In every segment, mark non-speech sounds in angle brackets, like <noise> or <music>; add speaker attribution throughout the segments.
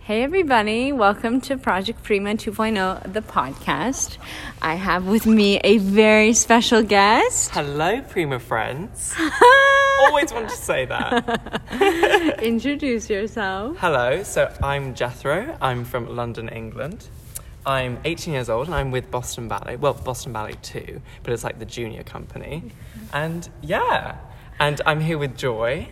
Speaker 1: Hey, everybody, welcome to Project Prima 2.0, the podcast. I have with me a very special guest. <laughs>
Speaker 2: Hello, Prima friends. <laughs> Always wanted to <laughs> say that.
Speaker 1: Introduce yourself.
Speaker 2: Hello, so I'm Jethro. I'm from London, England. I'm 18 years old and I'm with Boston Ballet. Well, Boston Ballet too, but it's like the junior company. And yeah, and I'm here with Joy.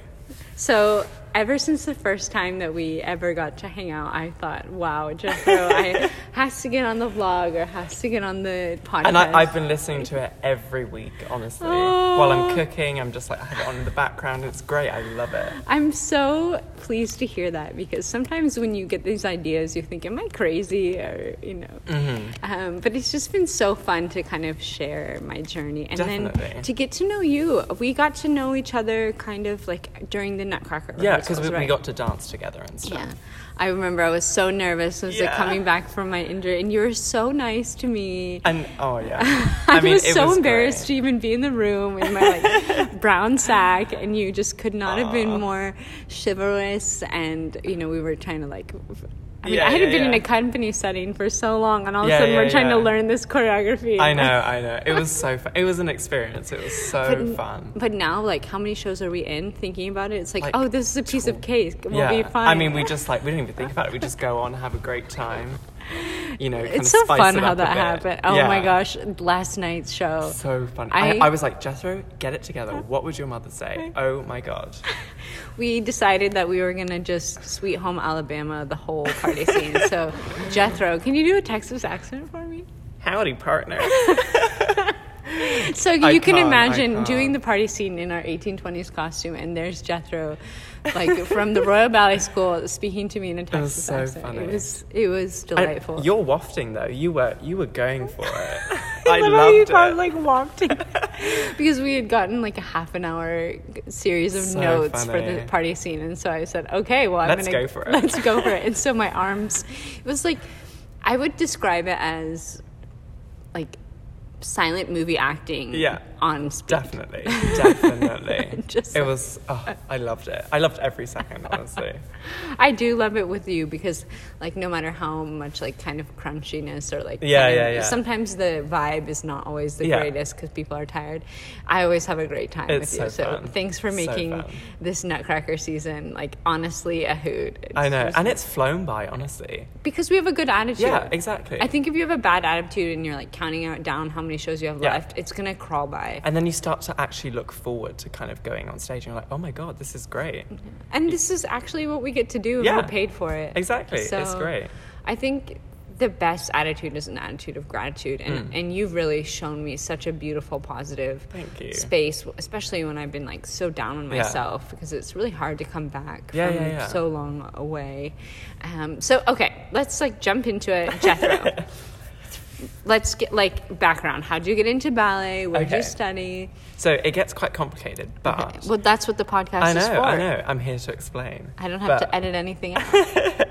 Speaker 1: So, ever since the first time that we ever got to hang out, I thought, wow, Jethro
Speaker 2: <laughs>
Speaker 1: I has to get on the vlog or has to get on the podcast.
Speaker 2: And I, I've been listening to it every week, honestly. While I'm cooking, I'm just like, I have it on in the background. It's great. I love it.
Speaker 1: I'm so pleased to hear that because sometimes when you get these ideas, you think, "Am I crazy?" or you know.
Speaker 2: Mm-hmm.
Speaker 1: Um, but it's just been so fun to kind of share my journey and then
Speaker 2: Definitely.
Speaker 1: to get to know you. We got to know each other kind of like during the Nutcracker.
Speaker 2: Yeah, because we,
Speaker 1: rehearsals,
Speaker 2: we
Speaker 1: right?
Speaker 2: got to dance together and stuff.
Speaker 1: Yeah, I remember I was so nervous. It was like
Speaker 2: Yeah.
Speaker 1: coming back from my injury, and you were so nice to me.
Speaker 2: And oh, yeah.
Speaker 1: <laughs> I, was so embarrassed
Speaker 2: great.
Speaker 1: to even be in the room in my
Speaker 2: <laughs>
Speaker 1: like brown sack, and you just could not have been more chivalrous. And you know, we were trying to like. I mean,
Speaker 2: Yeah,
Speaker 1: I hadn't
Speaker 2: yeah,
Speaker 1: been in a
Speaker 2: yeah.
Speaker 1: company setting for so long, and all of a
Speaker 2: Yeah,
Speaker 1: sudden we're
Speaker 2: yeah,
Speaker 1: trying to
Speaker 2: yeah.
Speaker 1: learn this choreography.
Speaker 2: I know, I know. It was so fun. It was an experience. It was so fun.
Speaker 1: But now, like, how many shows are we in? Thinking about it, it's like,
Speaker 2: Like,
Speaker 1: oh, this is a piece of cake. We'll
Speaker 2: yeah.
Speaker 1: be fine.
Speaker 2: I mean, we just like we don't even think about it. We just go on, have a great time. You know, kind
Speaker 1: It's
Speaker 2: of
Speaker 1: so
Speaker 2: spice
Speaker 1: fun
Speaker 2: it
Speaker 1: how
Speaker 2: up a
Speaker 1: that
Speaker 2: bit.
Speaker 1: happened. Oh
Speaker 2: Yeah.
Speaker 1: my gosh, last night's show.
Speaker 2: So fun. I,
Speaker 1: I-
Speaker 2: I was like, Jethro, get it together. What would your mother say? Oh my god.
Speaker 1: we decided that we were gonna just sweet home Alabama the whole party scene.
Speaker 2: <laughs>
Speaker 1: So, Jethro, can you do a Texas accent for me? <laughs>
Speaker 2: Howdy, partner.
Speaker 1: So
Speaker 2: I
Speaker 1: you can
Speaker 2: can't, I
Speaker 1: imagine doing
Speaker 2: can't.
Speaker 1: the party scene in our 1820s costume, and there's Jethro, like from the Royal Ballet School, speaking to me in a
Speaker 2: was
Speaker 1: Texas
Speaker 2: so
Speaker 1: accent.
Speaker 2: funny.
Speaker 1: It was it was
Speaker 2: I-
Speaker 1: delightful.
Speaker 2: you're wafting though. You were you were going for
Speaker 1: <laughs>
Speaker 2: it. I
Speaker 1: Literally, you
Speaker 2: loved
Speaker 1: got
Speaker 2: it.
Speaker 1: like walked in <laughs> because we had gotten like a half an hour g- series of
Speaker 2: So
Speaker 1: notes for the
Speaker 2: funny.
Speaker 1: party scene, and so I said, "Okay, well, I'm
Speaker 2: Let's
Speaker 1: gonna,
Speaker 2: go for it."
Speaker 1: Let's go for it." And so
Speaker 2: <laughs>
Speaker 1: my arms, it was like I would describe it as like silent movie acting.
Speaker 2: Yeah.
Speaker 1: on speed.
Speaker 2: Definitely, definitely.
Speaker 1: <laughs> Just
Speaker 2: it
Speaker 1: like-
Speaker 2: was. Oh, I loved it. I loved every second,
Speaker 1: <laughs>
Speaker 2: honestly.
Speaker 1: I do love it with you because, like, no matter how much like kind of crunchiness or like
Speaker 2: Yeah,
Speaker 1: kind of-
Speaker 2: yeah, yeah.
Speaker 1: Sometimes the vibe is not always the
Speaker 2: Yeah.
Speaker 1: greatest because people are tired. I always have a great time
Speaker 2: It's
Speaker 1: with you.
Speaker 2: so fun.
Speaker 1: thanks for
Speaker 2: So
Speaker 1: making
Speaker 2: fun.
Speaker 1: this Nutcracker season like honestly a hoot. It's
Speaker 2: I know,
Speaker 1: just-
Speaker 2: and it's flown by, honestly.
Speaker 1: because we have a good attitude.
Speaker 2: Yeah, exactly.
Speaker 1: I think if you have a bad attitude and you're like counting out down how many shows you have
Speaker 2: Yeah.
Speaker 1: left, it's gonna crawl by.
Speaker 2: and then you start to actually look forward to kind of going on stage and you're like, oh my God, this is great.
Speaker 1: And this is actually what we get to do, and
Speaker 2: Yeah.
Speaker 1: we're paid for it.
Speaker 2: Exactly. It's great.
Speaker 1: I think the best attitude is an attitude of gratitude, and and you've really shown me such a beautiful, positive
Speaker 2: Hmm. Thank you.
Speaker 1: space, especially when I've been like so down on
Speaker 2: Yeah.
Speaker 1: myself because it's really hard to come back
Speaker 2: Yeah,
Speaker 1: from
Speaker 2: yeah, yeah.
Speaker 1: so long away. Um, so okay, let's like jump into it,
Speaker 2: <laughs>
Speaker 1: Jethro. Let's get like background. How did you get into ballet? Where did you
Speaker 2: Okay.
Speaker 1: study?
Speaker 2: So it gets quite complicated, but
Speaker 1: Well, that's what the podcast
Speaker 2: I know,
Speaker 1: is for.
Speaker 2: I know. I'm here to explain.
Speaker 1: I don't have
Speaker 2: But
Speaker 1: to edit anything out.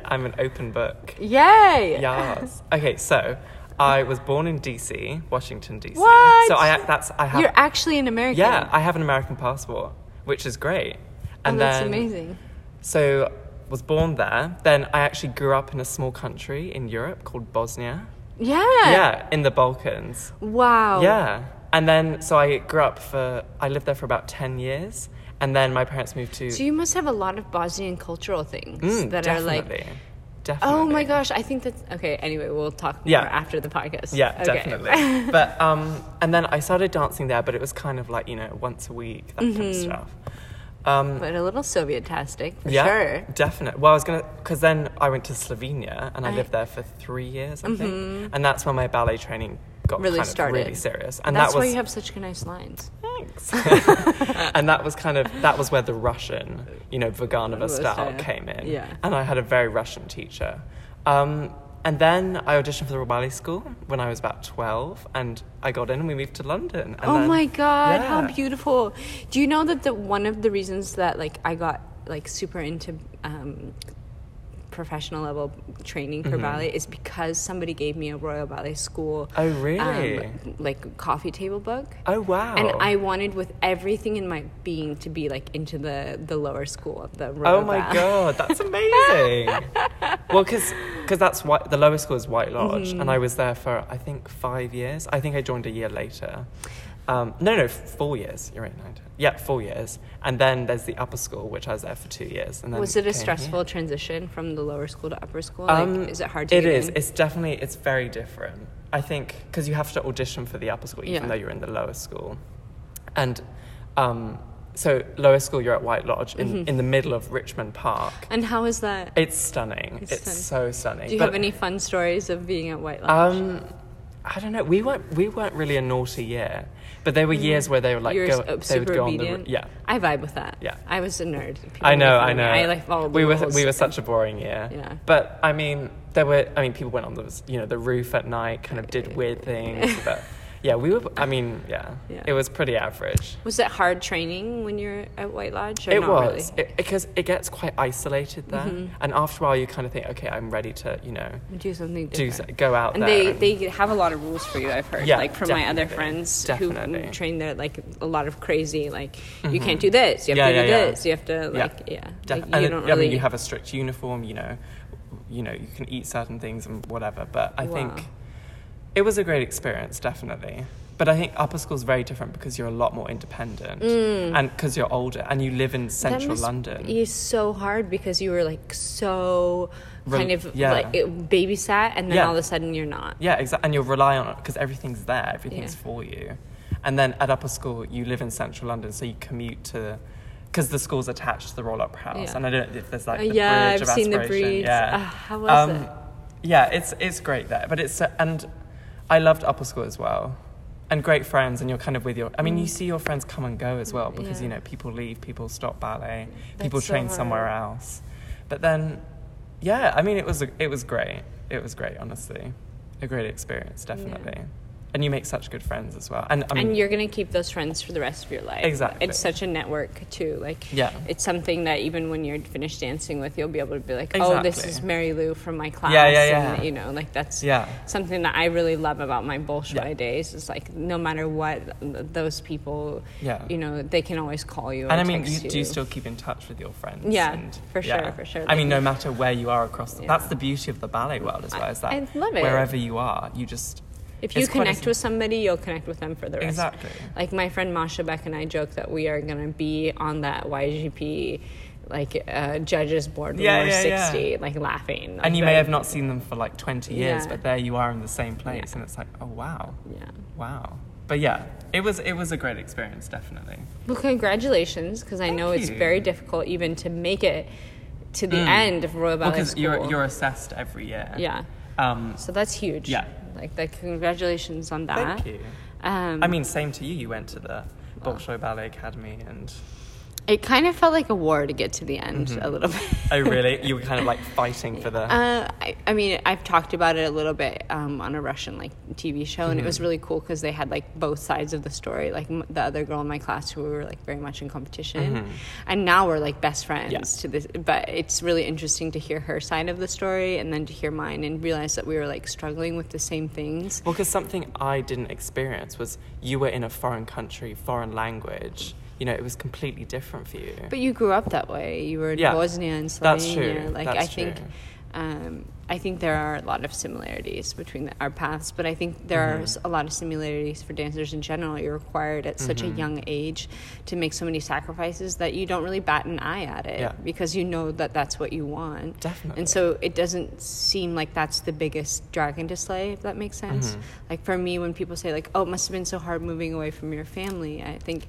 Speaker 2: I'm an open book.
Speaker 1: Yay!
Speaker 2: Yes. okay, so I was born in DC, Washington DC.
Speaker 1: What?
Speaker 2: So I that's I have
Speaker 1: You're actually an American.
Speaker 2: yeah I have an American passport, which is great.
Speaker 1: Oh,
Speaker 2: And
Speaker 1: that's
Speaker 2: then
Speaker 1: amazing.
Speaker 2: so was born there. Then I actually grew up in a small country in Europe called Bosnia.
Speaker 1: Yeah. Oh.
Speaker 2: Yeah, in the Balkans.
Speaker 1: Wow.
Speaker 2: Yeah. And then, so I grew up for, I lived there for about 10 years. And then my parents moved to.
Speaker 1: So you must have a lot of Bosnian cultural things
Speaker 2: Mm,
Speaker 1: that are like.
Speaker 2: definitely. Definitely.
Speaker 1: Oh my gosh! I think that's okay. Anyway, we'll talk more
Speaker 2: Yeah.
Speaker 1: after the podcast.
Speaker 2: Yeah,
Speaker 1: Okay. <laughs>
Speaker 2: definitely. but, um, and then I started dancing there, but it was kind of like, you know, once a week, that kind of stuff. Um,
Speaker 1: Mm-hmm. but a little Soviet-tastic for
Speaker 2: yeah,
Speaker 1: sure.
Speaker 2: definitely. Well, I was gonna, because then I went to Slovenia and I,
Speaker 1: I- Mm-hmm.
Speaker 2: lived there for three years, I think, and that's when my ballet training got
Speaker 1: Really
Speaker 2: kind
Speaker 1: started.
Speaker 2: of really serious. And
Speaker 1: that's
Speaker 2: that was
Speaker 1: why you have such nice lines.
Speaker 2: thanks. <laughs>
Speaker 1: <laughs>
Speaker 2: and that was kind of that was where the Russian, you know, Vaganova
Speaker 1: Was
Speaker 2: style
Speaker 1: there.
Speaker 2: came in.
Speaker 1: Yeah.
Speaker 2: And I had a very Russian teacher. Um, and then I auditioned for the Royal Ballet School when I was about twelve, and I got in, and we moved to London. And
Speaker 1: oh
Speaker 2: then-
Speaker 1: my god! How
Speaker 2: Yeah.
Speaker 1: beautiful. Do you know that the one of the reasons that like I got like super into um, professional level training for ballet is because somebody gave me a Royal Ballet School.
Speaker 2: Mm-hmm. Oh, really?
Speaker 1: Um, like coffee table book.
Speaker 2: Oh wow.
Speaker 1: And I wanted with everything in my being to be like into the the lower school, the Royal
Speaker 2: Oh my
Speaker 1: Ballet.
Speaker 2: god, that's amazing. well, because that's white. The lower school is White Lodge,
Speaker 1: Mm-hmm.
Speaker 2: and I was there for I think five years. I think I joined a year later. Um, no, no, four years. You're right, nine. ten. Yeah, four years. And then there's the upper school, which I was there for two years. And then
Speaker 1: <laughs> Was it a
Speaker 2: came here.
Speaker 1: stressful transition from the lower school to upper school?
Speaker 2: Um,
Speaker 1: like, is it hard to?
Speaker 2: It
Speaker 1: get
Speaker 2: is.
Speaker 1: in?
Speaker 2: It's definitely. It's very different. I think because you have to audition for the upper school, even
Speaker 1: Yeah.
Speaker 2: though you're in the lower school, and um, so lower school you're at White Lodge in,
Speaker 1: Mm-hmm.
Speaker 2: in the middle of Richmond Park.
Speaker 1: And how is that?
Speaker 2: It's stunning. It's,
Speaker 1: It's stunning.
Speaker 2: so stunning.
Speaker 1: Do you
Speaker 2: But,
Speaker 1: have any fun stories of being at White Lodge?
Speaker 2: Um, I don't know. We weren't. We weren't really a naughty year, but there were years where they were like
Speaker 1: Mm. You're
Speaker 2: go,
Speaker 1: s- uh,
Speaker 2: they would
Speaker 1: super
Speaker 2: go on
Speaker 1: obedient.
Speaker 2: the yeah.
Speaker 1: I vibe with that.
Speaker 2: Yeah.
Speaker 1: I was a nerd. People
Speaker 2: I
Speaker 1: made
Speaker 2: know.
Speaker 1: fun
Speaker 2: I
Speaker 1: of me.
Speaker 2: know.
Speaker 1: I like followed
Speaker 2: we
Speaker 1: the
Speaker 2: were
Speaker 1: rules.
Speaker 2: we were such a boring year.
Speaker 1: Yeah.
Speaker 2: But I mean, there were. I mean, people went on the you know the roof at night, kind of did weird things.
Speaker 1: <laughs>
Speaker 2: but yeah, we were. I mean, yeah,
Speaker 1: Yeah.
Speaker 2: It was pretty average.
Speaker 1: Was it hard training when you're at White Lodge? Or
Speaker 2: It
Speaker 1: not
Speaker 2: was
Speaker 1: Really? Mm-hmm.
Speaker 2: it, because it gets quite isolated there, and after a while you kind of think, okay, I'm ready to you know
Speaker 1: Do something
Speaker 2: do
Speaker 1: different.
Speaker 2: s- go out
Speaker 1: and
Speaker 2: there.
Speaker 1: they,
Speaker 2: and-
Speaker 1: they have a lot of rules for you, I've heard.
Speaker 2: Yeah,
Speaker 1: like from my other
Speaker 2: definitely.
Speaker 1: friends
Speaker 2: Definitely. Mm-hmm.
Speaker 1: who train there, like a lot of crazy, like, you can't do this, you have
Speaker 2: Yeah,
Speaker 1: to do
Speaker 2: yeah, yeah.
Speaker 1: this, you have to,
Speaker 2: Yeah.
Speaker 1: like, yeah.
Speaker 2: Def-
Speaker 1: Like,
Speaker 2: and
Speaker 1: you
Speaker 2: it-
Speaker 1: don't
Speaker 2: I
Speaker 1: really.
Speaker 2: mean, you have a strict uniform. You know, you know, you can eat certain things and whatever. But I
Speaker 1: Wow.
Speaker 2: think it was a great experience, definitely. But I think upper school is very different because you're a lot more independent,
Speaker 1: Mm.
Speaker 2: and because you're older and you live in central London.
Speaker 1: It's so hard because you were like so
Speaker 2: Rel-
Speaker 1: kind of
Speaker 2: yeah.
Speaker 1: like it, babysat, and then
Speaker 2: Yeah.
Speaker 1: all of a sudden you're not.
Speaker 2: Yeah, exactly. And you're reliant on it because everything's there, everything's
Speaker 1: Yeah.
Speaker 2: for you. And then at upper school, you live in central London, so you commute to. Because the school's attached to the roll up house,
Speaker 1: Yeah.
Speaker 2: and I don't know if there's like
Speaker 1: Oh,
Speaker 2: the
Speaker 1: yeah,
Speaker 2: bridge
Speaker 1: I've
Speaker 2: of
Speaker 1: seen the
Speaker 2: aspiration.
Speaker 1: bridge.
Speaker 2: Yeah, Um,
Speaker 1: Ah, how was it?
Speaker 2: Yeah, it's it's great there, but it's uh, and I loved upper school as well, and great friends, and you're kind of with your. I mean, you see your friends come and go as well because
Speaker 1: Mm. Yeah.
Speaker 2: you know people leave, people stop ballet, people
Speaker 1: That's so
Speaker 2: train
Speaker 1: hard.
Speaker 2: somewhere else, but then, yeah, I mean, it was it was great. It was great, honestly, a great experience, definitely. And you make such good friends as well, and I mean,
Speaker 1: and you're gonna keep those friends for the rest of your life.
Speaker 2: Exactly.
Speaker 1: It's such a network too. Like
Speaker 2: Yeah.
Speaker 1: it's something that even when you're finished dancing with, you'll be able to be like, oh, this
Speaker 2: Exactly.
Speaker 1: is Mary Lou from my class.
Speaker 2: Yeah, yeah,
Speaker 1: And,
Speaker 2: yeah.
Speaker 1: you know, like that's
Speaker 2: Yeah.
Speaker 1: something that I really love about my Bolshoi
Speaker 2: Yeah.
Speaker 1: days. Is like no matter what, th- those people.
Speaker 2: Yeah.
Speaker 1: You know, they can always call you.
Speaker 2: And
Speaker 1: or
Speaker 2: I mean, you
Speaker 1: text
Speaker 2: do still keep in touch with your friends.
Speaker 1: Yeah,
Speaker 2: and,
Speaker 1: for sure, for sure.
Speaker 2: I mean, no matter where you are across, the,
Speaker 1: Yeah.
Speaker 2: that's the beauty of the ballet world as well.
Speaker 1: I-
Speaker 2: is that
Speaker 1: I love it.
Speaker 2: wherever you are, you just
Speaker 1: If you
Speaker 2: it's quite a
Speaker 1: connect
Speaker 2: s-
Speaker 1: with somebody, you'll connect with them for the rest.
Speaker 2: Exactly.
Speaker 1: Like my friend Masha Beck and I joke that we are going to be on that YGP like uh, judges board when
Speaker 2: Yeah,
Speaker 1: we're
Speaker 2: yeah, yeah.
Speaker 1: 60, like laughing.
Speaker 2: and
Speaker 1: Like,
Speaker 2: you may
Speaker 1: that-
Speaker 2: have not seen them for like 20 years,
Speaker 1: Yeah.
Speaker 2: but there you are in the same place,
Speaker 1: Yeah.
Speaker 2: and it's like, oh wow,
Speaker 1: Yeah.
Speaker 2: wow. But yeah, it was it was a great experience, definitely.
Speaker 1: Well, congratulations, because I know it's
Speaker 2: you.
Speaker 1: very difficult even to make it to the end of Royal Ballet
Speaker 2: because
Speaker 1: School.
Speaker 2: you're you're assessed every year.
Speaker 1: yeah.
Speaker 2: Um,
Speaker 1: So that's huge.
Speaker 2: Yeah.
Speaker 1: Like, like congratulations on that.
Speaker 2: thank you.
Speaker 1: Um,
Speaker 2: I mean, same to you. You went to the Bolshoi Ballet Academy, and
Speaker 1: it kind of felt like a war to get to the end a little bit.
Speaker 2: oh really? You were kind of like fighting for the.
Speaker 1: <laughs> Uh, I, I mean, I've talked about it a little bit um, on a Russian like TV show, and it
Speaker 2: Mm-hmm.
Speaker 1: was really cool because they had like both sides of the story. Like m- the other girl in my class who we were like very much in competition, and now we're like best friends.
Speaker 2: Mm-hmm. Yeah.
Speaker 1: To this, but it's really interesting to hear her side of the story and then to hear mine and realize that we were like struggling with the same things.
Speaker 2: Well, because something I didn't experience was you were in a foreign country, foreign language. You know, it was completely different for you.
Speaker 1: But you grew up that way. You were in
Speaker 2: Yeah.
Speaker 1: Bosnia and Slovenia.
Speaker 2: That's true.
Speaker 1: Like I
Speaker 2: That's
Speaker 1: think,
Speaker 2: true.
Speaker 1: um, I think there are a lot of similarities between the, our paths. But I think there are
Speaker 2: Mm-hmm.
Speaker 1: s- a lot of similarities for dancers in general. You're required at such
Speaker 2: Mm-hmm.
Speaker 1: a young age to make so many sacrifices that you don't really bat an eye at it
Speaker 2: Yeah.
Speaker 1: because you know that that's what you want.
Speaker 2: Definitely.
Speaker 1: And so it doesn't seem like that's the biggest dragon to slay. If that makes sense.
Speaker 2: Mm-hmm.
Speaker 1: Like for me, when people say like, "Oh, it must have been so hard moving away from your family," I think.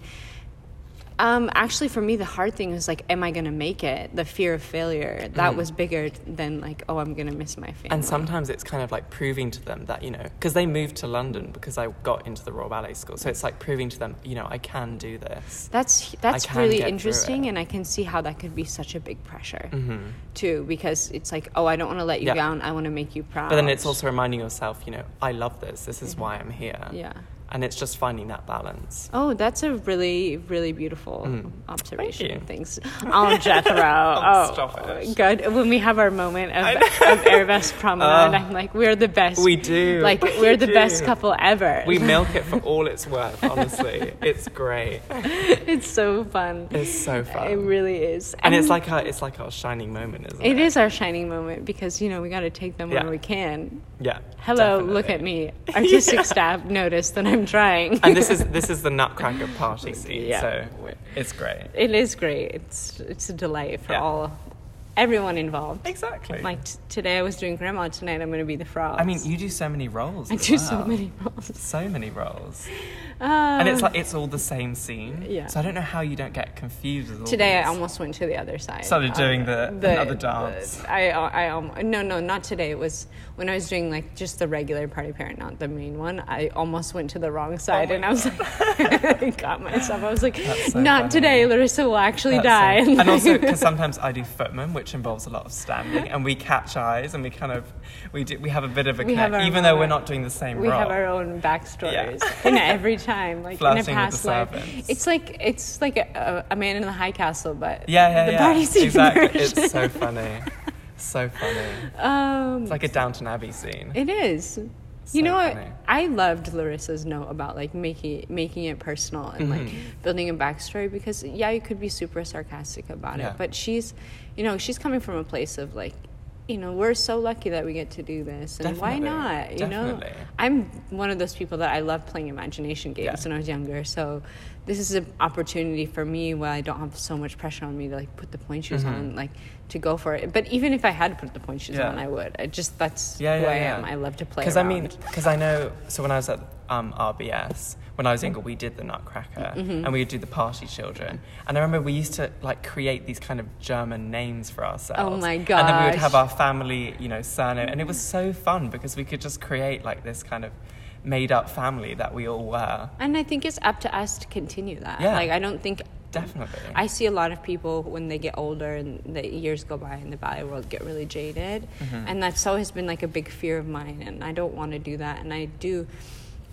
Speaker 1: Um, actually, for me, the hard thing was like, am I gonna make it? The fear of failure that was bigger than like, oh, I'm gonna miss my family.
Speaker 2: Mm. and sometimes it's kind of like proving to them that, you know, because they moved to London because I got into the Royal Ballet School. So it's like proving to them, you know, I can do this.
Speaker 1: that's that's
Speaker 2: can
Speaker 1: really
Speaker 2: get through
Speaker 1: interesting,
Speaker 2: it. Mm.
Speaker 1: and I can see how that could be such a big pressure
Speaker 2: Mm-hmm.
Speaker 1: too, because it's like, oh, I don't want to let you
Speaker 2: Yeah.
Speaker 1: down. I want to make you proud.
Speaker 2: But then it's also reminding yourself, you know, I love this. This is why I'm here.
Speaker 1: Mm-hmm. yeah.
Speaker 2: And it's just finding that balance.
Speaker 1: Oh, that's a really, really beautiful observation.
Speaker 2: Mm. Thank you.
Speaker 1: Thanks. Oh, Jethro.
Speaker 2: <laughs> Oh,
Speaker 1: oh,
Speaker 2: stop it.
Speaker 1: Good. When we have our moment of,
Speaker 2: I know.
Speaker 1: of
Speaker 2: <laughs>
Speaker 1: Airbus promenade,
Speaker 2: Oh.
Speaker 1: I'm like, we're the best.
Speaker 2: We do.
Speaker 1: Like,
Speaker 2: We
Speaker 1: we're the
Speaker 2: do.
Speaker 1: best couple ever. <laughs>
Speaker 2: We milk it for all it's worth, honestly. it's great.
Speaker 1: it's so fun.
Speaker 2: It's so fun.
Speaker 1: It really is.
Speaker 2: and it's
Speaker 1: And
Speaker 2: like our it's like our shining moment, isn't it?
Speaker 1: it is our shining moment because, you know, we got to take them
Speaker 2: Yeah.
Speaker 1: when we can.
Speaker 2: Yeah.
Speaker 1: Hello,
Speaker 2: definitely.
Speaker 1: look at
Speaker 2: <laughs>
Speaker 1: me. Artistic staff notice that I'm trying.
Speaker 2: And this is this is the Nutcracker
Speaker 1: <laughs>
Speaker 2: party scene,
Speaker 1: Yeah.
Speaker 2: so it's great.
Speaker 1: It is great. It's it's a delight for
Speaker 2: Yeah.
Speaker 1: all everyone involved.
Speaker 2: Exactly.
Speaker 1: Like t- today, I was doing grandma. Tonight, I'm going to be the frog.
Speaker 2: I mean, you do so many
Speaker 1: <laughs>
Speaker 2: roles.
Speaker 1: I
Speaker 2: as
Speaker 1: do so
Speaker 2: well.
Speaker 1: many roles.
Speaker 2: So many roles,
Speaker 1: Uh,
Speaker 2: and it's like it's all the same scene.
Speaker 1: yeah.
Speaker 2: So I don't know how you don't get confused. With all
Speaker 1: today, I
Speaker 2: these.
Speaker 1: almost went to the other side. Um,
Speaker 2: Started doing the- another dance.
Speaker 1: I I almost no no not today. It was when I was doing like just the regular party parent, not the main one. I almost went to the wrong side,
Speaker 2: Oh my
Speaker 1: and I was like, <laughs> I got myself. I was like,
Speaker 2: That's so
Speaker 1: not
Speaker 2: funny.
Speaker 1: today. Larissa will actually die.
Speaker 2: That's it. and
Speaker 1: <laughs>
Speaker 2: also because sometimes I do footman, which involves a lot of standing, and we catch eyes, and we kind of we do we have a bit of a
Speaker 1: We have
Speaker 2: connect,
Speaker 1: our
Speaker 2: even though we're
Speaker 1: moment.
Speaker 2: not doing the same
Speaker 1: we
Speaker 2: role.
Speaker 1: have our own backstories <laughs> in every time like
Speaker 2: Flirting with
Speaker 1: in
Speaker 2: the
Speaker 1: a past life
Speaker 2: servants.
Speaker 1: it's like it's like a, a man in the high castle but
Speaker 2: yeah, yeah,
Speaker 1: the
Speaker 2: yeah.
Speaker 1: party scene
Speaker 2: exactly.
Speaker 1: version.
Speaker 2: It's so funny, so funny.
Speaker 1: <laughs> um
Speaker 2: It's like a Downton Abbey scene.
Speaker 1: it is
Speaker 2: So
Speaker 1: you know what
Speaker 2: funny.
Speaker 1: i loved larissa's note about like making making it personal and
Speaker 2: Mm-hmm.
Speaker 1: like building a backstory because yeah you could be super sarcastic about
Speaker 2: Yeah.
Speaker 1: it but she's you know she's coming from a place of like you know we're so lucky that we get to do this and why
Speaker 2: Definitely.
Speaker 1: not you know
Speaker 2: Definitely.
Speaker 1: I'm one of those people that I love playing imagination games
Speaker 2: Yeah.
Speaker 1: when I was younger. So this is an opportunity for me where I don't have so much pressure on me to like put the point shoes on, like to go for it. But even if I had put the point shoes
Speaker 2: Mm-hmm. Yeah.
Speaker 1: on, I would. I just that's
Speaker 2: yeah,
Speaker 1: who
Speaker 2: yeah,
Speaker 1: I
Speaker 2: yeah.
Speaker 1: am. I love to play.
Speaker 2: Because I mean,
Speaker 1: around.
Speaker 2: because I know. So when I was at um, RBS, when I was younger, we did the Nutcracker,
Speaker 1: Mm-hmm.
Speaker 2: and we would do the Party Children. And I remember we used to like create these kind of German names for ourselves.
Speaker 1: Oh my
Speaker 2: And then we
Speaker 1: gosh.
Speaker 2: would
Speaker 1: Mm-hmm.
Speaker 2: have our family, you know, surname, and it was so fun because we could just create like this kind of made-up family that we all were.
Speaker 1: and I think it's up to us to continue that.
Speaker 2: Yeah.
Speaker 1: Like I don't think.
Speaker 2: Definitely.
Speaker 1: I see a lot of people when they get older and the years go by in the ballet world get really jaded,
Speaker 2: Mm-hmm.
Speaker 1: and that's always been like a big fear of mine. And I don't want to do that. And I do,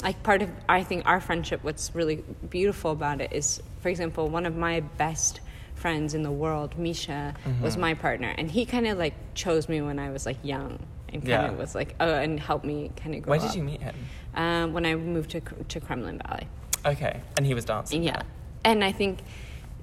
Speaker 1: like part of I think our friendship. What's really beautiful about it is, for example, one of my best friends in the world, Misha,
Speaker 2: Mm-hmm.
Speaker 1: was my partner, and he kind of like chose me when I was like young and kind
Speaker 2: Yeah.
Speaker 1: of was like, oh, and helped me kind of grow.
Speaker 2: Where did
Speaker 1: up.
Speaker 2: you meet him?
Speaker 1: Um, when I moved to Kr- to Kremlin Ballet.
Speaker 2: Okay, and he was dancing.
Speaker 1: Yeah. And I think,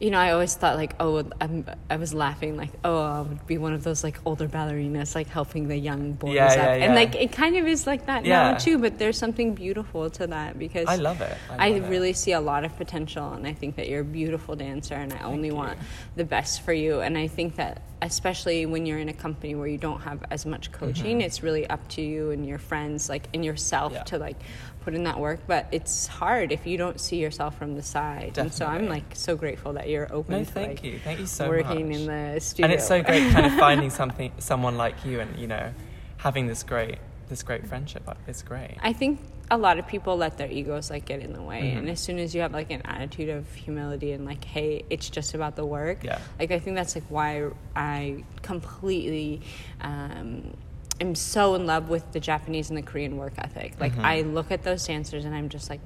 Speaker 1: you know, I always thought like, oh, I'm, I was laughing like, oh, I would be one of those like older ballerinas, like helping the young boys
Speaker 2: Yeah,
Speaker 1: up.
Speaker 2: yeah, yeah.
Speaker 1: And like, it kind of is like that
Speaker 2: Yeah.
Speaker 1: now too, but there's something beautiful to that because
Speaker 2: I love it. I,
Speaker 1: I,
Speaker 2: love it.
Speaker 1: really see a lot of potential, and I think that you're a beautiful dancer, and I only want the best for you. And I think that, especially when you're in a company where you don't have as much
Speaker 2: Mm-hmm.
Speaker 1: coaching, it's really up to you and your friends, like and yourself,
Speaker 2: Yeah.
Speaker 1: to like put in that work. But it's hard if you don't see yourself from the side. And so I'm
Speaker 2: Definitely.
Speaker 1: like so grateful that you're open.
Speaker 2: No,
Speaker 1: to,
Speaker 2: thank
Speaker 1: like,
Speaker 2: you. Thank you so much.
Speaker 1: working in the studio.
Speaker 2: And it's so great
Speaker 1: <laughs>
Speaker 2: kind of finding something someone like you and, you know, having this great this great friendship. It's great.
Speaker 1: I think a lot of people let their egos like get in the way,
Speaker 2: Mm-hmm.
Speaker 1: and as soon as you have like an attitude of humility and like, hey, it's just about the work.
Speaker 2: Yeah.
Speaker 1: Like I think that's like why I completely. Um, am so in love with the Japanese and the Korean work ethic. Like
Speaker 2: Mm-hmm.
Speaker 1: I look at those dancers and I'm just like,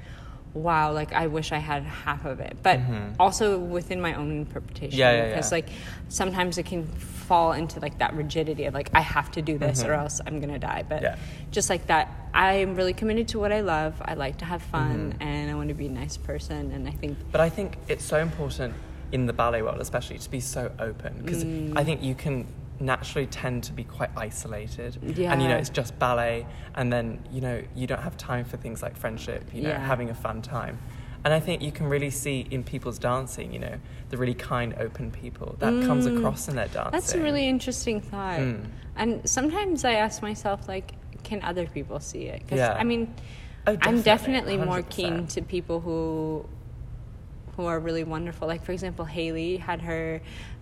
Speaker 1: wow. Like I wish I had half of it, but also within my own interpretation.
Speaker 2: Mm-hmm. Yeah, yeah,
Speaker 1: Because
Speaker 2: yeah.
Speaker 1: like sometimes it can fall into like that rigidity of like I have to do this or else I'm gonna die. But
Speaker 2: Yeah.
Speaker 1: just like that i am really committed to what i love i like to have fun and i want to be a nice person and i think
Speaker 2: But I think it's so important in the ballet world, especially, to be so open because I think you can naturally tend to be quite isolated. And you know,
Speaker 1: Yeah.
Speaker 2: it's just ballet, and then you know, you don't have time for things like friendship. You know,
Speaker 1: Yeah.
Speaker 2: having a fun time. And I think you can really see in people's dancing, you know, the really kind, open people that comes across in their dancing.
Speaker 1: Mm. that's a really interesting thought
Speaker 2: Mm.
Speaker 1: and sometimes i ask myself like can other people see it because
Speaker 2: Yeah.
Speaker 1: i mean
Speaker 2: Oh,
Speaker 1: i'm definitely more
Speaker 2: 100%.
Speaker 1: keen to people who who are really wonderful like for example haley had her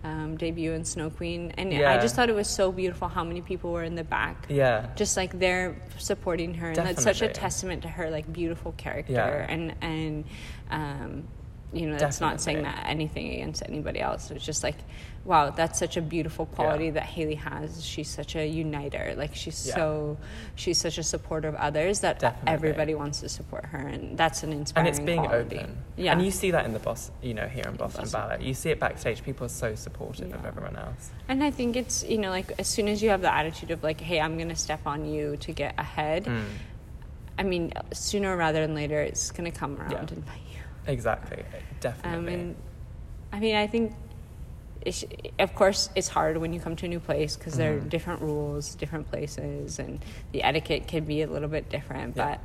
Speaker 1: um, debut in snow queen and i
Speaker 2: Yeah.
Speaker 1: just thought it was so beautiful how many people were in the back
Speaker 2: Yeah.
Speaker 1: just like they're supporting her and that's such a
Speaker 2: Definitely.
Speaker 1: testament to her like beautiful character
Speaker 2: Yeah.
Speaker 1: and and um you know, that's not saying
Speaker 2: Definitely.
Speaker 1: that anything against anybody else. It's just like, wow, that's such a beautiful quality that Haley has. She's such a uniter. Like she's
Speaker 2: Yeah.
Speaker 1: so, she's such a supporter of others that
Speaker 2: Definitely.
Speaker 1: everybody wants to support her, and that's an
Speaker 2: and
Speaker 1: inspiring.
Speaker 2: it's being
Speaker 1: quality.
Speaker 2: open.
Speaker 1: Yeah.
Speaker 2: And you see that in the boss, you know, here in Boston,
Speaker 1: Boston.
Speaker 2: Ballet. You see it backstage. People are so supportive of
Speaker 1: Yeah.
Speaker 2: everyone else.
Speaker 1: And I think it's, you know, like as soon as you have the attitude of like, hey, I'm going to step on you to get ahead,
Speaker 2: Mm,
Speaker 1: I mean, sooner rather than later, it's going to come around
Speaker 2: Yeah.
Speaker 1: and bite you.
Speaker 2: exactly.
Speaker 1: Um,
Speaker 2: Definitely.
Speaker 1: and I mean, I think, it's, of course, it's hard when you come to a new place because there are
Speaker 2: Mhm.
Speaker 1: different rules, different places, and the etiquette can be a little bit different,
Speaker 2: Yeah.
Speaker 1: but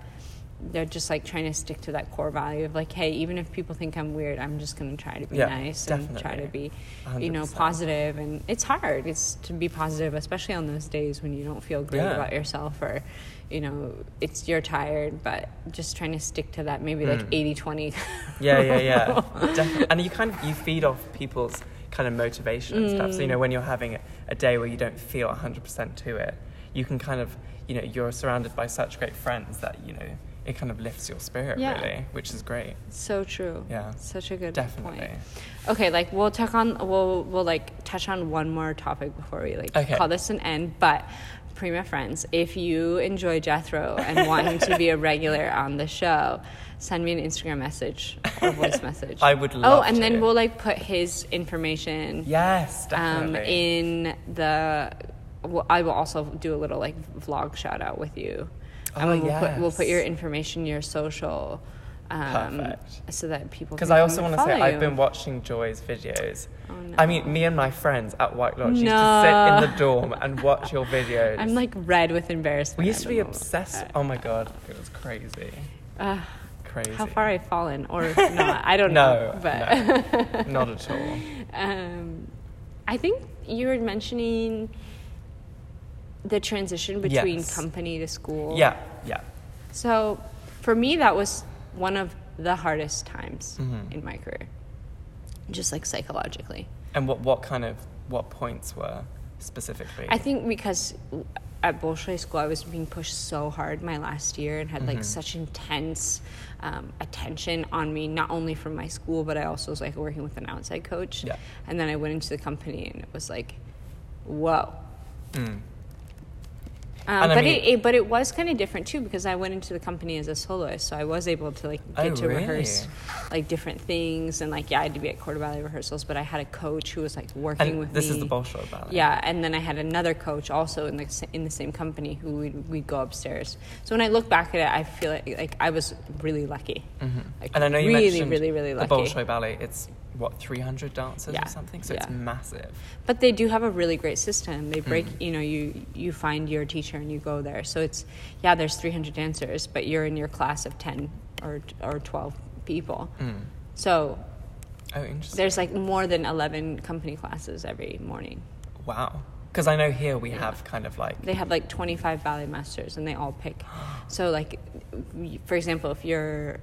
Speaker 1: they're just like trying to stick to that core value of like, hey, even if people think I'm weird, I'm just going to try to be
Speaker 2: Yeah,
Speaker 1: nice and try to
Speaker 2: definitely.
Speaker 1: be,
Speaker 2: A hundred
Speaker 1: you know,
Speaker 2: percent.
Speaker 1: positive. And it's hard. It's to be positive, especially on those days when you don't feel great
Speaker 2: Yeah.
Speaker 1: about yourself or, you know, it's you're tired, but just trying to stick to that maybe like
Speaker 2: Mm.
Speaker 1: 80 20
Speaker 2: yeah, yeah,
Speaker 1: <laughs>
Speaker 2: yeah. Defi- and you kind of you feed off people's kind of motivation and stuff.
Speaker 1: Hmm.
Speaker 2: So you know, when you're having a, a day where you don't feel 100% to it, you can kind of you know you're surrounded by such great friends that you know it kind of lifts your spirit
Speaker 1: Yeah.
Speaker 2: really, which is great.
Speaker 1: So true.
Speaker 2: Yeah.
Speaker 1: Such a good
Speaker 2: Definitely.
Speaker 1: point. Okay, like we'll talk on we'll we'll like touch on one more topic before we like
Speaker 2: Okay.
Speaker 1: call this an end, but Prima friends, if you enjoy Jethro
Speaker 2: <laughs>
Speaker 1: and want him to be a regular on the show, send me an Instagram message or
Speaker 2: <laughs>
Speaker 1: voice message.
Speaker 2: I would
Speaker 1: Oh,
Speaker 2: love
Speaker 1: and
Speaker 2: to.
Speaker 1: then we'll like put his information
Speaker 2: Yes,
Speaker 1: um,
Speaker 2: definitely.
Speaker 1: in the. Well, I will also do a little like vlog shout out with you.
Speaker 2: Oh,
Speaker 1: and we'll, put, we'll put
Speaker 2: yes.
Speaker 1: your information, your social, um,
Speaker 2: Perfect.
Speaker 1: so that people.
Speaker 2: Because
Speaker 1: can
Speaker 2: I
Speaker 1: come and
Speaker 2: also want to say,
Speaker 1: follow
Speaker 2: I've
Speaker 1: you.
Speaker 2: been watching Joy's videos.
Speaker 1: Oh, no.
Speaker 2: I mean, me and my friends at White Lodge used to sit in the dorm and watch your videos.
Speaker 1: I'm like red with embarrassment.
Speaker 2: we used to
Speaker 1: I
Speaker 2: be
Speaker 1: don't know.
Speaker 2: obsessed.
Speaker 1: <laughs>
Speaker 2: Oh my god, it was crazy.
Speaker 1: Uh,
Speaker 2: Crazy.
Speaker 1: how far I've fallen,
Speaker 2: <laughs>
Speaker 1: or not? I don't
Speaker 2: No,
Speaker 1: know. But
Speaker 2: no, <laughs> not at all.
Speaker 1: Um, I think you were mentioning the transition between
Speaker 2: Yes.
Speaker 1: company to school.
Speaker 2: Yeah, yeah.
Speaker 1: So for me, that was one of the hardest times in my career, just like psychologically.
Speaker 2: And what, what kind of what points were specifically?
Speaker 1: I think because at Bolshoi School, I was being pushed so hard my last year and had like such intense um, attention on me, not only from my school, but I also was like working with an outside coach.
Speaker 2: Yeah.
Speaker 1: And then I went into the company and it was like, whoa.
Speaker 2: Mm.
Speaker 1: Um,
Speaker 2: And I
Speaker 1: but
Speaker 2: mean-
Speaker 1: it, it but it was kind of different too because I went into the company as a soloist, so I was able to like
Speaker 2: Oh,
Speaker 1: get to
Speaker 2: really?
Speaker 1: rehearse like different things and like yeah, I had to be at quarter ballet rehearsals, but I had a coach who was like working
Speaker 2: And
Speaker 1: with
Speaker 2: this
Speaker 1: me.
Speaker 2: is the Bolshoi Ballet.
Speaker 1: Yeah, and then I had another coach also in the s- in the same company who we'd, we'd go upstairs. So when I look back at it, I feel like like I was really lucky. Like,
Speaker 2: Mm-hmm. And I know you
Speaker 1: really,
Speaker 2: mentioned
Speaker 1: really, really
Speaker 2: the
Speaker 1: lucky.
Speaker 2: Bolshoi Ballet. It's what 300 dancers
Speaker 1: Yeah,
Speaker 2: or something, so it's
Speaker 1: yeah.
Speaker 2: massive.
Speaker 1: But they do have a really great system. They break, you know, you you find your teacher and you go there. So it's yeah, there's 300 dancers, but you're in your class of 10 or or 12 people. So
Speaker 2: Mm. Oh, interesting.
Speaker 1: there's like more than 11 company classes every morning.
Speaker 2: wow. Because I know here we have kind of like
Speaker 1: They have like 25 ballet masters and they all pick. So like y- for example, if you're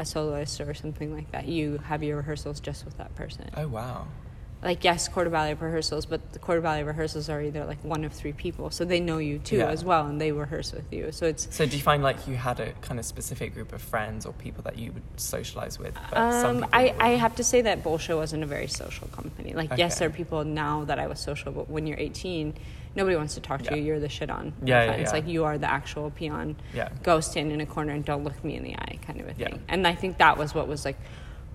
Speaker 1: a soloist or something like that, you have your rehearsals just with that person.
Speaker 2: oh wow.
Speaker 1: like yes quarter ballet rehearsals but the quarter ballet rehearsals are either like one of three people so they know you too
Speaker 2: Yeah.
Speaker 1: as well and they rehearse with you so it's
Speaker 2: So do you find like you had a kind of specific group of friends or people that you would socialize with? But
Speaker 1: um,
Speaker 2: people
Speaker 1: I, I
Speaker 2: wouldn't?
Speaker 1: have to say that Bolsha wasn't a very social company. Like, yes,
Speaker 2: Okay.
Speaker 1: there are people now that I was social, but when you're 18, nobody wants to talk to
Speaker 2: Yeah.
Speaker 1: you. You're the shit on. my
Speaker 2: Yeah, yeah,
Speaker 1: friends.
Speaker 2: yeah.
Speaker 1: Like, you are the actual peon.
Speaker 2: Yeah.
Speaker 1: Go stand in a corner and don't look me in the eye, kind of a
Speaker 2: Yeah.
Speaker 1: thing. And I think that was what was like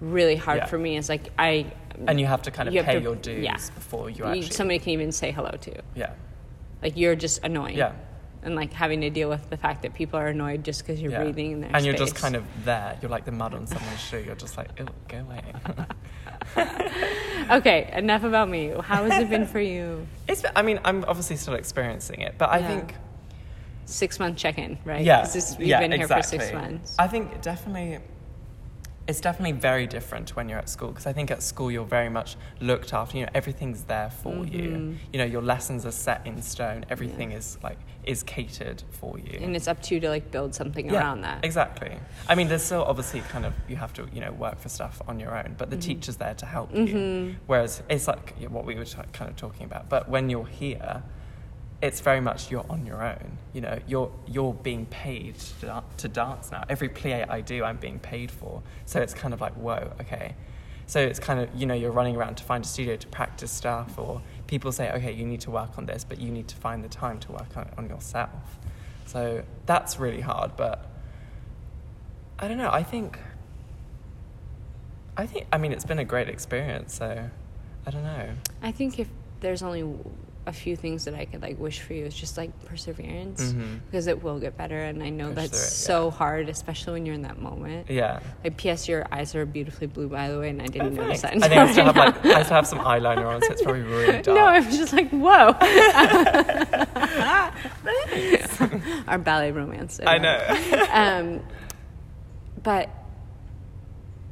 Speaker 1: really hard
Speaker 2: Yeah.
Speaker 1: for me. Is like I
Speaker 2: And you have to kind of
Speaker 1: you have
Speaker 2: pay
Speaker 1: to-
Speaker 2: your dues
Speaker 1: yeah.
Speaker 2: before you
Speaker 1: you-
Speaker 2: actually.
Speaker 1: somebody can even say hello to.
Speaker 2: yeah.
Speaker 1: Like you're just annoying.
Speaker 2: Yeah.
Speaker 1: And like having to deal with the fact that people are annoyed just because you're
Speaker 2: yeah.
Speaker 1: breathing in their
Speaker 2: and you're just
Speaker 1: space.
Speaker 2: kind of there. You're like the mud on someone's shoe. You're just like, oh, go away. <laughs>
Speaker 1: Okay, enough about me. How has it been for you?
Speaker 2: It's. been- I mean, I'm obviously still experiencing it, but I
Speaker 1: Yeah.
Speaker 2: think
Speaker 1: Six month check in, right?
Speaker 2: yeah,
Speaker 1: 'Cause this- you've
Speaker 2: yeah,
Speaker 1: been
Speaker 2: exactly.
Speaker 1: here for six months.
Speaker 2: I think definitely. It's definitely very different to when you're at school because I think at school you're very much looked after. You know, everything's there for you.
Speaker 1: Mm-hmm.
Speaker 2: You know, your lessons are set in stone. Everything is like is catered for you.
Speaker 1: and it's up to you to like build something around that.
Speaker 2: Exactly. I mean, there's still obviously kind of you have to you know work for stuff on your own, but the
Speaker 1: Mm-hmm.
Speaker 2: teacher's there to help you. Whereas it's like you know, what we were t- kind of talking about, but when you're here, it's very much you're on your own. You know, you're you're being paid to, dan- to dance now. Every plie I do, I'm being paid for. So it's kind of like whoa, okay. So it's kind of, you know, you're running around to find a studio to practice stuff, or people say, okay, you need to work on this, but you need to find the time to work on it on yourself. So that's really hard, but I don't know. I think, I think, I mean, it's been a great experience, so I don't know.
Speaker 1: I think if there's only a few things that I could like wish for you is just like perseverance
Speaker 2: Mhm.
Speaker 1: because it will get better and I know
Speaker 2: Push
Speaker 1: that's
Speaker 2: through
Speaker 1: so
Speaker 2: it,
Speaker 1: hard especially when you're in that moment.
Speaker 2: Yeah.
Speaker 1: Like PS your eyes are beautifully blue by the way and I didn't
Speaker 2: Oh,
Speaker 1: notice that.
Speaker 2: thanks. I think I still have
Speaker 1: until right <laughs>
Speaker 2: like I still have some eyeliner on, so it's probably really
Speaker 1: now.
Speaker 2: dark.
Speaker 1: <laughs> No, I was just like,
Speaker 2: <laughs>
Speaker 1: whoa. <laughs> Our ballet romance.
Speaker 2: I know.
Speaker 1: um, but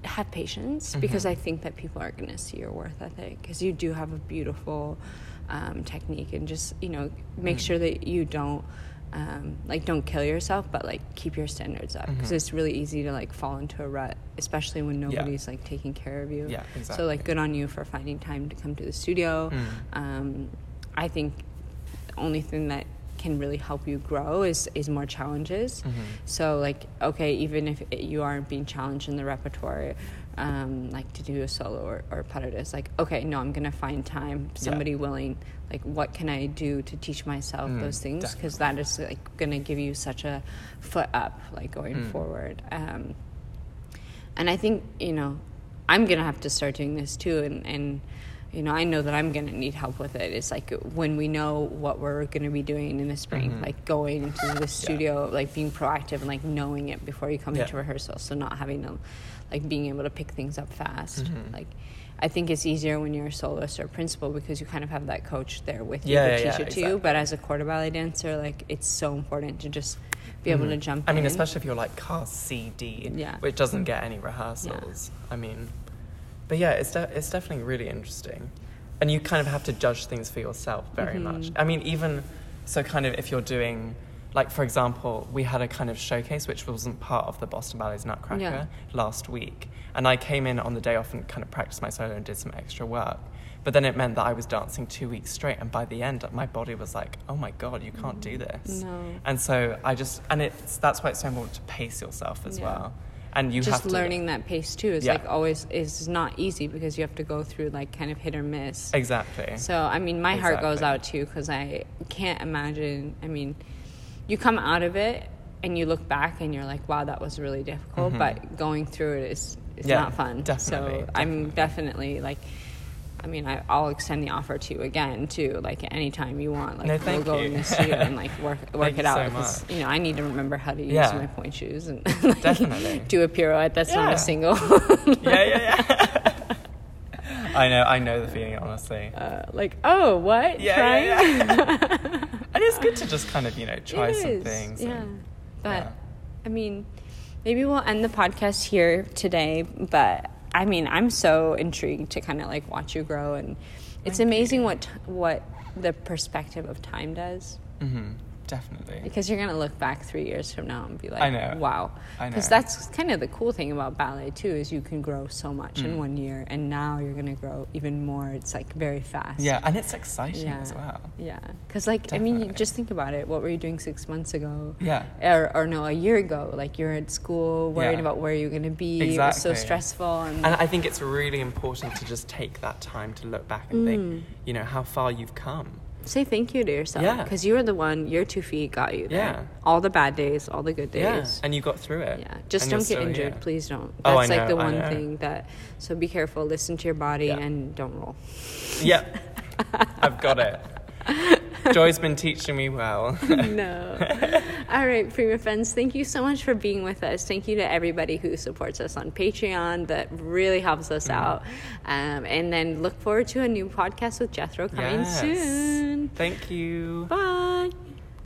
Speaker 1: have patience
Speaker 2: Mm-hmm.
Speaker 1: because I think that people are going to see your worth ethic because you do have a beautiful um, technique and just you know make
Speaker 2: Mm.
Speaker 1: sure that you don't um, like don't kill yourself but like keep your standards up
Speaker 2: Mm-hmm.
Speaker 1: because it's really easy to like fall into a rut especially when nobody's like taking care of you
Speaker 2: <laughs> Yeah,
Speaker 1: so like
Speaker 2: exactly. Mm.
Speaker 1: good on you for finding time to come to the studio um, I think the only thing that can really help you grow is is more
Speaker 2: Mm-hmm.
Speaker 1: challenges. So like okay, even if it, you aren't being challenged in the repertoire, um, like to do a solo or, or parada, it's like okay, no, I'm gonna find time, somebody willing. Like what can I do to teach myself those things? Because that is like gonna give you such a foot up, like going forward. Um, and I think you know I'm gonna have to start doing this too and and you know I know that I'm gonna need help with it it's like when we know what we're gonna be doing in the spring like going into the studio like being proactive and like knowing it before you come
Speaker 2: Yeah.
Speaker 1: into rehearsal so not having to like being able to pick things up fast
Speaker 2: Mm-hmm.
Speaker 1: like I think it's easier when you're a soloist or a principal because you kind of have that coach there with you
Speaker 2: Yeah,
Speaker 1: to
Speaker 2: yeah,
Speaker 1: teach
Speaker 2: yeah,
Speaker 1: it to you but as a quarter ballet dancer like it's so important to just be able to jump
Speaker 2: Mm-hmm. Mm. I mean,
Speaker 1: in.
Speaker 2: especially if you're like cast CD,
Speaker 1: Yeah.
Speaker 2: which doesn't get any rehearsals. I mean, but yeah, it's de- it's definitely really interesting, and you kind of have to judge things for yourself very
Speaker 1: Mm-hmm.
Speaker 2: much. I mean, even so, kind of if you're doing. Like for example, we had a kind of showcase which wasn't part of the Boston Ballet's Nutcracker
Speaker 1: Yeah.
Speaker 2: last week, and I came in on the day off and kind of practiced my solo and did some extra work. But then it meant that I was dancing two weeks straight, and by the end, my body was like, "Oh my god, you can't do this."
Speaker 1: Mm. No.
Speaker 2: And so I just, and it's that's why it's so important to pace yourself as
Speaker 1: Yeah.
Speaker 2: well. And you
Speaker 1: just
Speaker 2: have to
Speaker 1: learning that pace too is
Speaker 2: Yeah.
Speaker 1: like always is not easy because you have to go through like kind of hit or miss.
Speaker 2: exactly.
Speaker 1: So I mean, my heart goes
Speaker 2: Exactly.
Speaker 1: out to you because I can't imagine. I mean, you come out of it and you look back and you're like, wow, that was really difficult. But going through it is it's
Speaker 2: Mm-hmm. Yeah,
Speaker 1: not fun.
Speaker 2: definitely,
Speaker 1: so I'm definitely like. I mean, I, I'll extend the offer to you again too. Like anytime you want, like
Speaker 2: No,
Speaker 1: we'll
Speaker 2: thank
Speaker 1: go
Speaker 2: you.
Speaker 1: in the studio and
Speaker 2: <laughs>
Speaker 1: like work work
Speaker 2: Thank
Speaker 1: it
Speaker 2: you
Speaker 1: out.
Speaker 2: so
Speaker 1: 'cause, you know, I need to remember how to use
Speaker 2: Yeah.
Speaker 1: my point shoes and <laughs> like,
Speaker 2: Definitely.
Speaker 1: do a pirouette. That's not
Speaker 2: Yeah.
Speaker 1: a single.
Speaker 2: <laughs> yeah, yeah, yeah. <laughs> I know, I know the feeling, honestly.
Speaker 1: <laughs> uh, like oh what
Speaker 2: Yeah,
Speaker 1: trying.
Speaker 2: yeah,
Speaker 1: <laughs>
Speaker 2: yeah. and it's good to just kind of you know try
Speaker 1: It
Speaker 2: some
Speaker 1: is,
Speaker 2: things.
Speaker 1: Yeah.
Speaker 2: and-
Speaker 1: But
Speaker 2: yeah.
Speaker 1: I mean, maybe we'll end the podcast here today, but I mean, I'm so intrigued to kind of like watch you grow and it's amazing what t- what the perspective of time does
Speaker 2: Mhm, definitely.
Speaker 1: because you're going to look back 3 years from now and be like,
Speaker 2: I know.
Speaker 1: wow.
Speaker 2: I
Speaker 1: Cuz
Speaker 2: know.
Speaker 1: that's kind of the cool thing about ballet too is you can grow so much
Speaker 2: Mm.
Speaker 1: in one year and now you're going to grow even more. It's like very fast.
Speaker 2: Yeah, and it's exciting as well.
Speaker 1: Yeah, because like I mean, you
Speaker 2: Definitely.
Speaker 1: just think about it. What were you doing six months ago?
Speaker 2: Yeah.
Speaker 1: or, or no, a year ago. Like you're at school, worried
Speaker 2: Yeah.
Speaker 1: about where you're gonna be. It was so
Speaker 2: Exactly.
Speaker 1: stressful, and,
Speaker 2: And I think it's really important to just take that time to look back and
Speaker 1: Mm.
Speaker 2: think, you know, how far you've come.
Speaker 1: say thank you to yourself
Speaker 2: Yeah.
Speaker 1: because you were the one. Your two feet got you there.
Speaker 2: Yeah.
Speaker 1: All the bad days, all the good days.
Speaker 2: Yeah, and you got through it.
Speaker 1: Yeah, just don't
Speaker 2: And you're
Speaker 1: get
Speaker 2: still
Speaker 1: injured,
Speaker 2: here.
Speaker 1: please don't.
Speaker 2: Oh, I
Speaker 1: That's like
Speaker 2: know,
Speaker 1: the
Speaker 2: I
Speaker 1: one
Speaker 2: know.
Speaker 1: thing that. So be careful. Listen to your body
Speaker 2: Yeah.
Speaker 1: and don't roll.
Speaker 2: Yep. I've got it. Joy's been teaching me well.
Speaker 1: <laughs> no. All right, Prima Friends, thank you so much for being with us. Thank you to everybody who supports us on Patreon. That really helps us out. Um, and then look forward to a new podcast with Jethro coming
Speaker 2: Yes.
Speaker 1: soon.
Speaker 2: Thank you.
Speaker 1: Bye.